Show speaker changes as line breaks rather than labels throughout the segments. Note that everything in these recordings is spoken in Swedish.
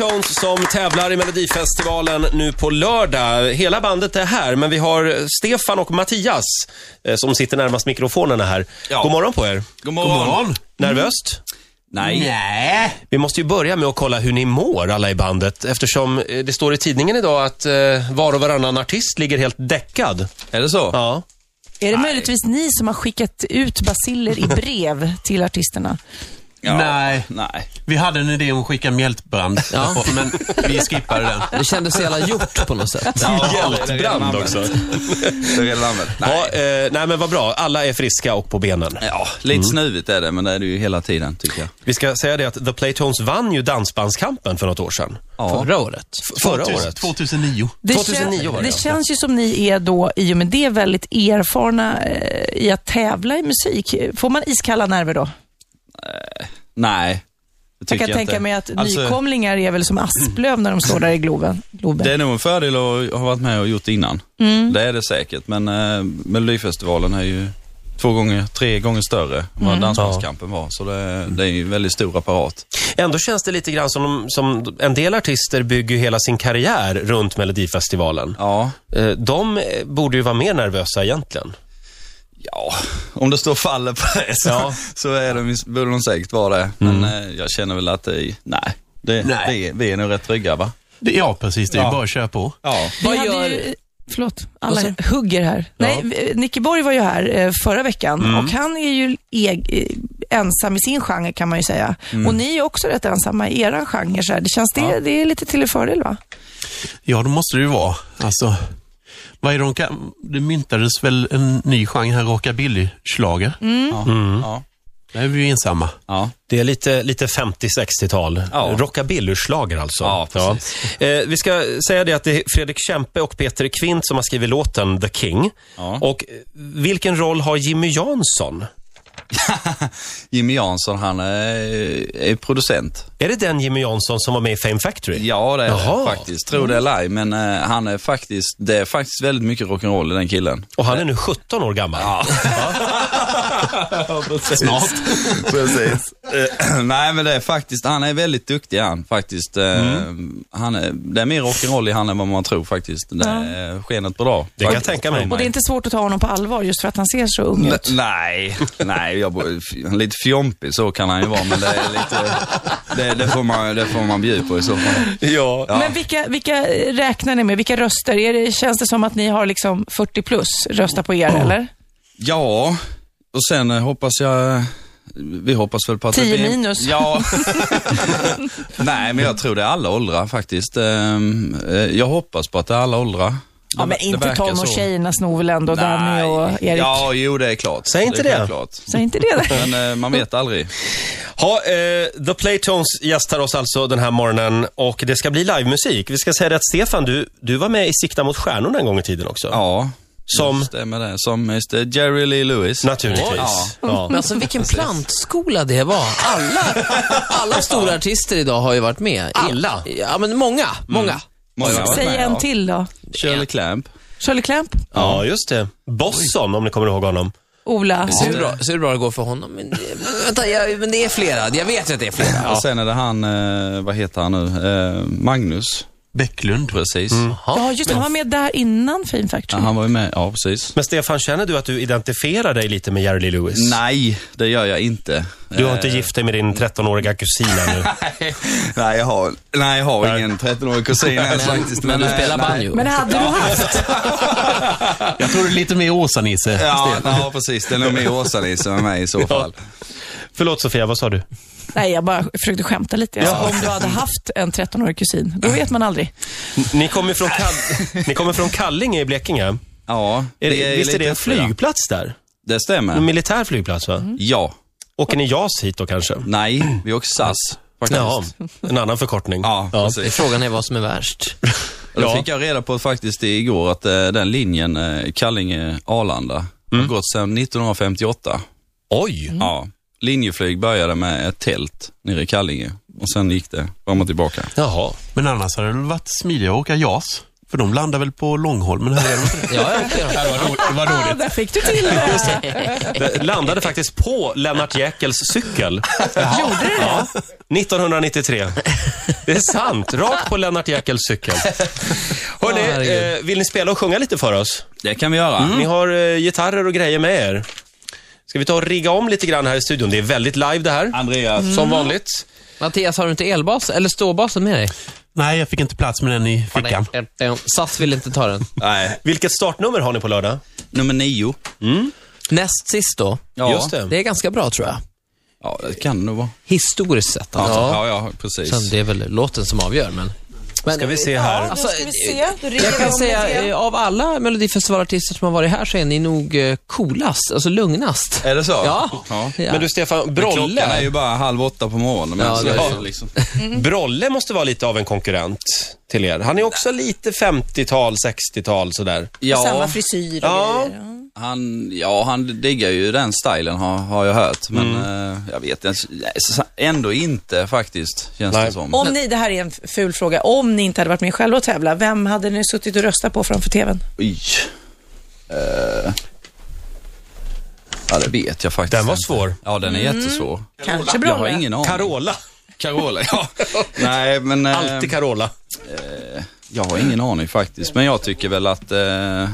Jones som tävlar i Melodifestivalen nu på lördag. Hela bandet är här, men vi har Stefan och Mattias eh, som sitter närmast mikrofonerna här.
Ja.
God morgon på er.
God morgon.
Nervöst?
Nej. Nej.
Mm. Vi måste ju börja med att kolla hur ni mår alla i bandet eftersom eh, det står i tidningen idag att eh, var och varannan artist ligger helt däckad.
Är det så?
Ja.
Är det möjligtvis ni som har skickat ut basiller i brev till artisterna?
Ja.
Nej.
Nej.
Vi hade en idé om att skicka mjältbrand, därpå, men vi skippade den.
Det kändes så jävla gjort på något sätt.
Hjältbrand också.
Det är redan använt. Nej.
Ja, eh, nej men vad bra, alla är friska och på benen.
Ja, lite snuvigt är det, men det är det ju hela tiden tycker jag.
Vi ska säga det att The Playtones vann ju Dansbandskampen för något år sedan.
Ja.
Förra året.
F- Förra
2000
året.
2009.
Det,
2009 var det,
det
ja.
känns ju som ni är då, i och med det, väldigt erfarna eh, i att tävla i musik. Får man iskalla nerver då?
Nej, det
Jag
tycker
kan
jag,
tänka
inte.
mig att
Alltså,
nykomlingar är väl som Asplöv när de står där i Globen. Globen.
Det är nog en fördel att ha varit med och gjort innan.
Mm.
Det är det säkert, men eh, Melodifestivalen är ju två gånger, tre gånger större än
Mm.
vad Dansbandskampen var. Så det, det är ju en väldigt stor apparat.
Ändå känns det lite grann som, de- som en del artister bygger ju hela sin karriär runt Melodifestivalen.
Ja.
Eh, De eh, borde ju vara mer nervösa egentligen.
Ja, om det står faller på det så,
Ja. Mm.
så är de, borde de säkert vara det. Men eh, jag känner väl att det är, nej, det,
Nej.
Vi, är- vi är nog rätt trygga va?
Det- Ja, precis. Det är ju bara att köra på.
Ja.
Vi
Vad
hade
gör-
ju, förlåt, alla hugger här. Nej, eh, Nicke Borg var ju här eh, förra veckan och han är ju eg, eh, ensam i sin genre kan man ju säga. Och ni är ju också rätt ensamma i er genre. Så här. Det känns det, det är lite till er fördel va?
Ja, då måste det ju vara. Alltså, vad är det de kan... Det myntades väl en ny genre, här, rockabilly-schlager.
Ja.
Mm.
Ja.
Där är vi ju ensamma.
Ja.
Det är lite, lite 50-60-tal.
Ja.
Rockabillyschlager alltså.
Ja, precis.
Ja. Eh, vi ska säga det att det är Fredrik Kempe och Peter Kvint som har skrivit låten The King.
Ja.
Och eh, vilken roll har Jimmy Jansson?
Jimmy Jansson han är, är producent.
Är det den Jimmy Jansson som var med i Fame Factory?
Ja det är
Jaha.
det faktiskt. Tror det eller ej, men eh, han är faktiskt, det är faktiskt väldigt mycket rock'n'roll i den killen.
Och han är nu 17 år gammal. Ja.
Snart.
Precis. Eh, Nej men det är faktiskt, han är väldigt duktig han faktiskt. Eh,
Mm.
Han är, det är mer rock'n'roll i han än vad man tror faktiskt. Det är skenet bra.
Det kan jag tänka mig.
Och det är inte svårt att ta honom på allvar just för att han ser så ung ut.
Nej, nej, jag, bo- f- lite fjompig så kan han ju vara men det är lite, det, det, får, man, det får man bjuda på i så fall. Ja.
Men vilka, vilka räknar ni med? Vilka röster? Är det, känns det som att ni har liksom 40 plus röstar på er eller?
Ja, och sen eh, hoppas jag, vi hoppas väl på att det
10
blir-
minus.
Ja. Nej, men jag tror det är alla åldrar faktiskt. Ehm, eh, Jag hoppas på att det är alla åldrar.
Ja,
Det-
men
det
inte
verkar
Tom och
så.
tjejerna snor väl ändå Danny
Nej.
och Erik?
Ja, jo det är klart.
Säg inte
är
det.
Klart.
Så inte det.
Men eh, man vet aldrig.
Ha, eh, The Playtones gästar oss alltså den här morgonen och det ska bli livemusik. Vi ska säga det att Stefan, du, du var med i Sikta mot stjärnorna en gång i tiden också.
Ja,
Som?
det stämmer det. Som Mr Jerry Lee Lewis.
Naturligtvis.
Ja. Mm.
Ja.
Men alltså vilken plantskola det var. Alla, alla stora artister idag har ju varit med.
Alla?
Ja, men många. Många.
Många har varit
Säg
med,
en
ja.
till då.
Shirley Clamp.
Shirley Clamp,
Ja, just det. Bosson, om ni kommer ihåg honom.
Ola.
Ser du, bra, ser du bra det går för honom? Men, det- vänta, jag, men det är flera. Jag vet ju att det är flera.
Och sen är det han, eh, vad heter han nu, eh, Magnus.
Bäcklund.
Precis.
Ja, just det. Han var med där innan Fame
Ja,
Factory.
han var ju med, ja precis.
Men Stefan, känner du att du identifierar dig lite med Jerry Lee Lewis?
Nej, det gör jag inte.
Du har inte gift dig med din 13-åriga kusin nu?
Nej, jag har, nej, jag har ingen 13-årig kusin ens faktiskt.
Men du
eh,
spelar
nej.
banjo.
Men hade du haft?
Jag tror det är lite mer Åsa-Nisse.
Ja, ja, precis. Det är nog mer Åsa-Nisse än mig i så fall.
Förlåt Sofia, vad sa du?
Nej, jag bara försökte skämta lite. Jag sa, om du hade haft en 13-årig kusin, då vet man aldrig.
Ni kommer från, Kall- ni kommer från Kallinge i Blekinge.
Ja,
Är det,
ju
visst
lite
är det en Mm.
efter, ja. Mm.
flygplats där?
Det
En
stämmer.
militär flygplats va?
Ja.
Åker ni JAS hit då kanske?
Nej, vi åker SAS faktiskt.
Jaha, en annan förkortning.
Ja, precis.
Frågan är vad som är värst.
Och Då
Ja.
fick jag reda på faktiskt igår att eh, den linjen, eh, Kallinge-Arlanda, har gått sedan 1958.
Mm.
Oj!
Ja. Linjeflyg började med ett tält nere i Kallinge och sen gick det fram och tillbaka.
Jaha.
Men annars hade det väl varit smidigare att åka JAS. För de landar väl på Långholmen här? Är de inte det?
Ja, jag åker.
Ja, det var dåligt. Det var
Ah,
dåligt.
där fick du till det.
Det landade faktiskt på Lennart Jäckels cykel. Gjorde det? Ja, 1993. Det är sant. Rakt på Lennart Jäckels cykel.
Åh,
Hörrni,
herregud.
eh, vill ni spela och sjunga lite för oss?
Det kan vi göra.
Ni har eh, gitarrer och grejer med er. Ska vi ta och rigga om lite grann här i studion? Det är väldigt live det här,
Andreas,
som vanligt.
Mattias, har du inte elbas eller ståbasen med dig?
Nej, jag fick inte plats med den i fickan.
SAS vill inte ta den.
nej,
Vilket startnummer har ni på lördag?
nummer nio.
Näst sist då.
Ja,
Just det.
Det är ganska bra tror jag.
Ja, det kan det nog vara.
Historiskt sett.
Ja,
Alltså.
ja, precis.
Sen det är väl låten som avgör, men... men Alltså, eh,
Ska vi se här.
Nu ska vi se. Då ringer
Jag
vi om
kan säga,
lite
eh,
grann.
av alla melodifestivalartister som har varit här så är ni nog eh, coolast, alltså lugnast.
Är det så?
Ja.
ja.
Ja.
Men du Stefan,
Klockan är
Brolle,
ju bara halv åtta på morgonen. Men
Ja,
så
det är
är det
ju-
liksom.
Brolle måste vara lite av en konkurrent till er. Han är också lite 50-tal, 60-tal sådär.
Samma
ja,
frisyr och
Ja.
grejer. Ja.
han, ja, han diggar ju den stilen har, har jag hört. Men eh, jag vet inte. nej, så- Ändå inte faktiskt, känns
Nej.
det som.
Om ni, det här är en ful fråga, om ni inte hade varit med själva och tävla, vem hade ni suttit och röstat på framför tvn?
Oj. Eh. ja, det vet jag faktiskt
Den var
inte.
svår.
Ja, den är jättesvår.
Kanske
Jag har
Brolle.
ingen aning.
Carola.
Carola, ja. Nej, men... eh,
Alltid Carola.
Jag har ingen aning faktiskt, men jag tycker väl att eh,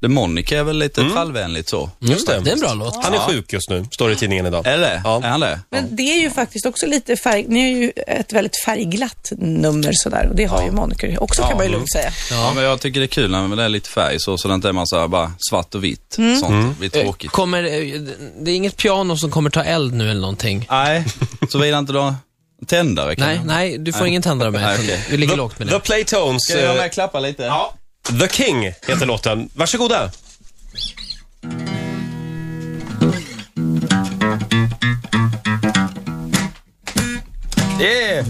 The Monica är väl lite trallvänligt så.
Just det.
Mm. Det är en bra låt.
Han är sjuk just nu, står det i tidningen idag.
Är det
Ja.
Är han det?
Men det är ju faktiskt också lite färg... Ni är ju ett väldigt färgglatt nummer sådär och det har ju Moniker också kan man ju lugnt säga.
Ja. men jag tycker det är kul när det är lite färg så, så det inte är massa bara svart och vitt. Sånt Det blir
Eh,
tråkigt.
Kommer, eh, det är inget piano som kommer ta eld nu eller någonting?
Nej, såvida inte du har tändare kan
Nej,
jag-
nej, du får ingen tändare av mig.
Nej, okej.
Vi ligger
The,
lågt med
the
det.
Playtones,
Ska jag
eh,
med klappa lite? Ja.
The King heter låten. Varsågoda.
Yeah.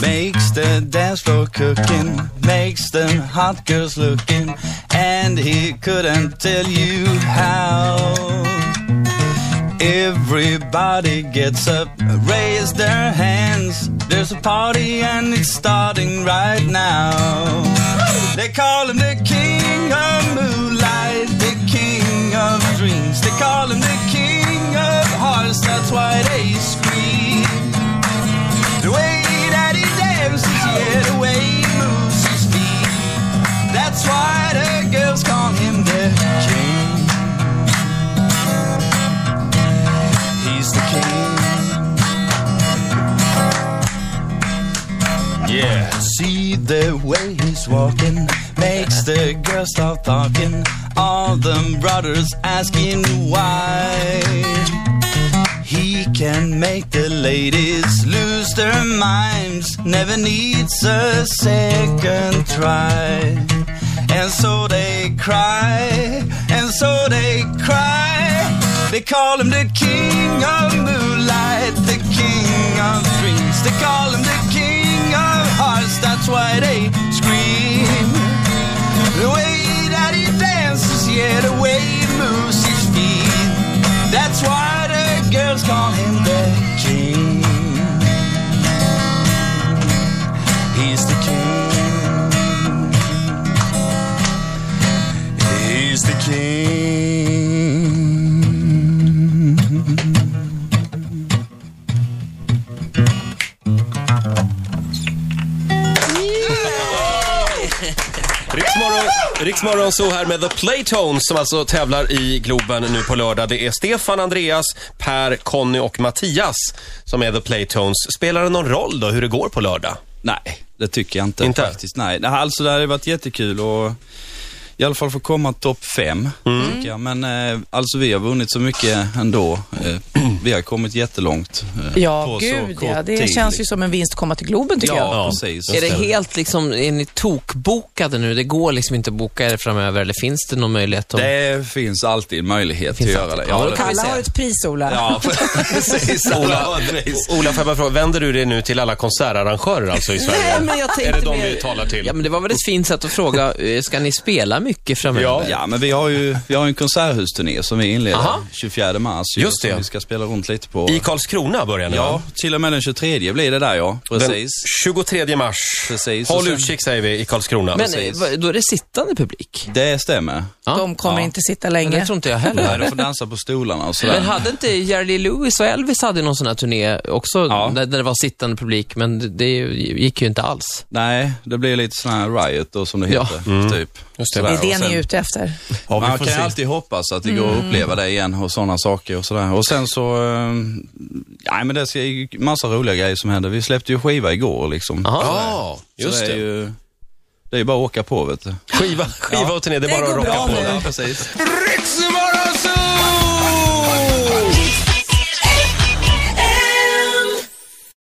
Makes the dance floor cooking, makes them hot girls looking, and he couldn't tell you how. Everybody gets up, raise their hands. There's a party and it's starting right now. They call him the king of moonlight, the king of dreams. They call him the king of hearts, that's why they scream. The way that he dances, yeah, the way he moves his feet. That's why the girls call him the king. He's the king.
Yeah.
See the way he's walking makes the girls start talking. All them brothers asking why he can make the ladies lose their minds. Never needs a second try, and so they cry, and so they cry. They call him the king of moonlight, the king of dreams. They call him the king of hearts, that's why they scream. The way that he dances, yeah, the way he moves his feet. That's why the girls call him the king. He's the king. He's the king.
Riksmorgon, Riksmorgon så här med The Playtones som alltså tävlar i Globen nu på lördag. Det är Stefan, Andreas, Per, Conny och Mattias som är The Playtones. Spelar det någon roll då hur det går på lördag?
Nej, det tycker jag inte,
Inte?
faktiskt. Nej. Nej, alltså det hade varit jättekul och i alla fall få komma topp fem. tycker jag. Men eh, alltså vi har vunnit så mycket ändå. Eh, vi har kommit jättelångt. Eh,
Ja,
på så
gud
kort
ja. Det
tid,
känns ju
liksom.
som en vinst att komma till Globen tycker jag.
Ja, precis.
Är det helt liksom, är ni tokbokade nu? Det går liksom inte att boka er framöver, eller finns det någon möjlighet? Om...
Det finns alltid möjlighet
Finns
att göra
alltid.
det. Ja,
Ja,
det
kan-
Alla
se.
har ett pris, Ola.
ja precis. Alla har ett pris.
Ola, får jag bara fråga, vänder du dig nu till alla konsertarrangörer alltså i Sverige?
Nej, men jag tänkte
är det de
mer-
du talar till?
Ja, men det var väl ett fint sätt att fråga, eh, ska ni spela mycket framöver.
Ja.
Ja, men vi har ju vi har en konserthusturné som vi inleder
Aha.
24 mars. ju,
Just det.
som Vi ska spela runt lite på.
I Karlskrona börjar ni va?
Ja, till och med den 23 blir det där ja.
Den
Precis.
23 mars.
Precis, och
Håll
sen-
utkik säger vi i Karlskrona.
Men eh,
precis.
vad- då är det sittande publik?
Det stämmer.
Ja.
De kommer inte sitta länge.
Det tror inte jag
Nej,
heller.
de får dansa på stolarna och sådär.
Men hade inte Jerry Lewis och Elvis hade någon sån här turné också,
Ja.
där, där det var sittande publik, men det, det gick ju inte alls.
Nej, det blir lite sån här riot då som det
Ja.
heter. Typ. Just
Det är det ni är ute Mm. efter.
Ja, vi
Man
får
kan ju
se.
alltid hoppas att det går att uppleva det igen och sådana saker och sådär. Och sen så, eh, nej men det är ju massa roliga grejer som händer. Vi släppte ju skiva igår liksom.
Aha.
Ja, Ah, just
så det. Är
det.
ju, det är ju bara att åka på vet du.
Skiva, skiva och turné, det är
Det
bara att
går
rocka
bra
på.
nu.
precis.
Riksmorgon Zoo!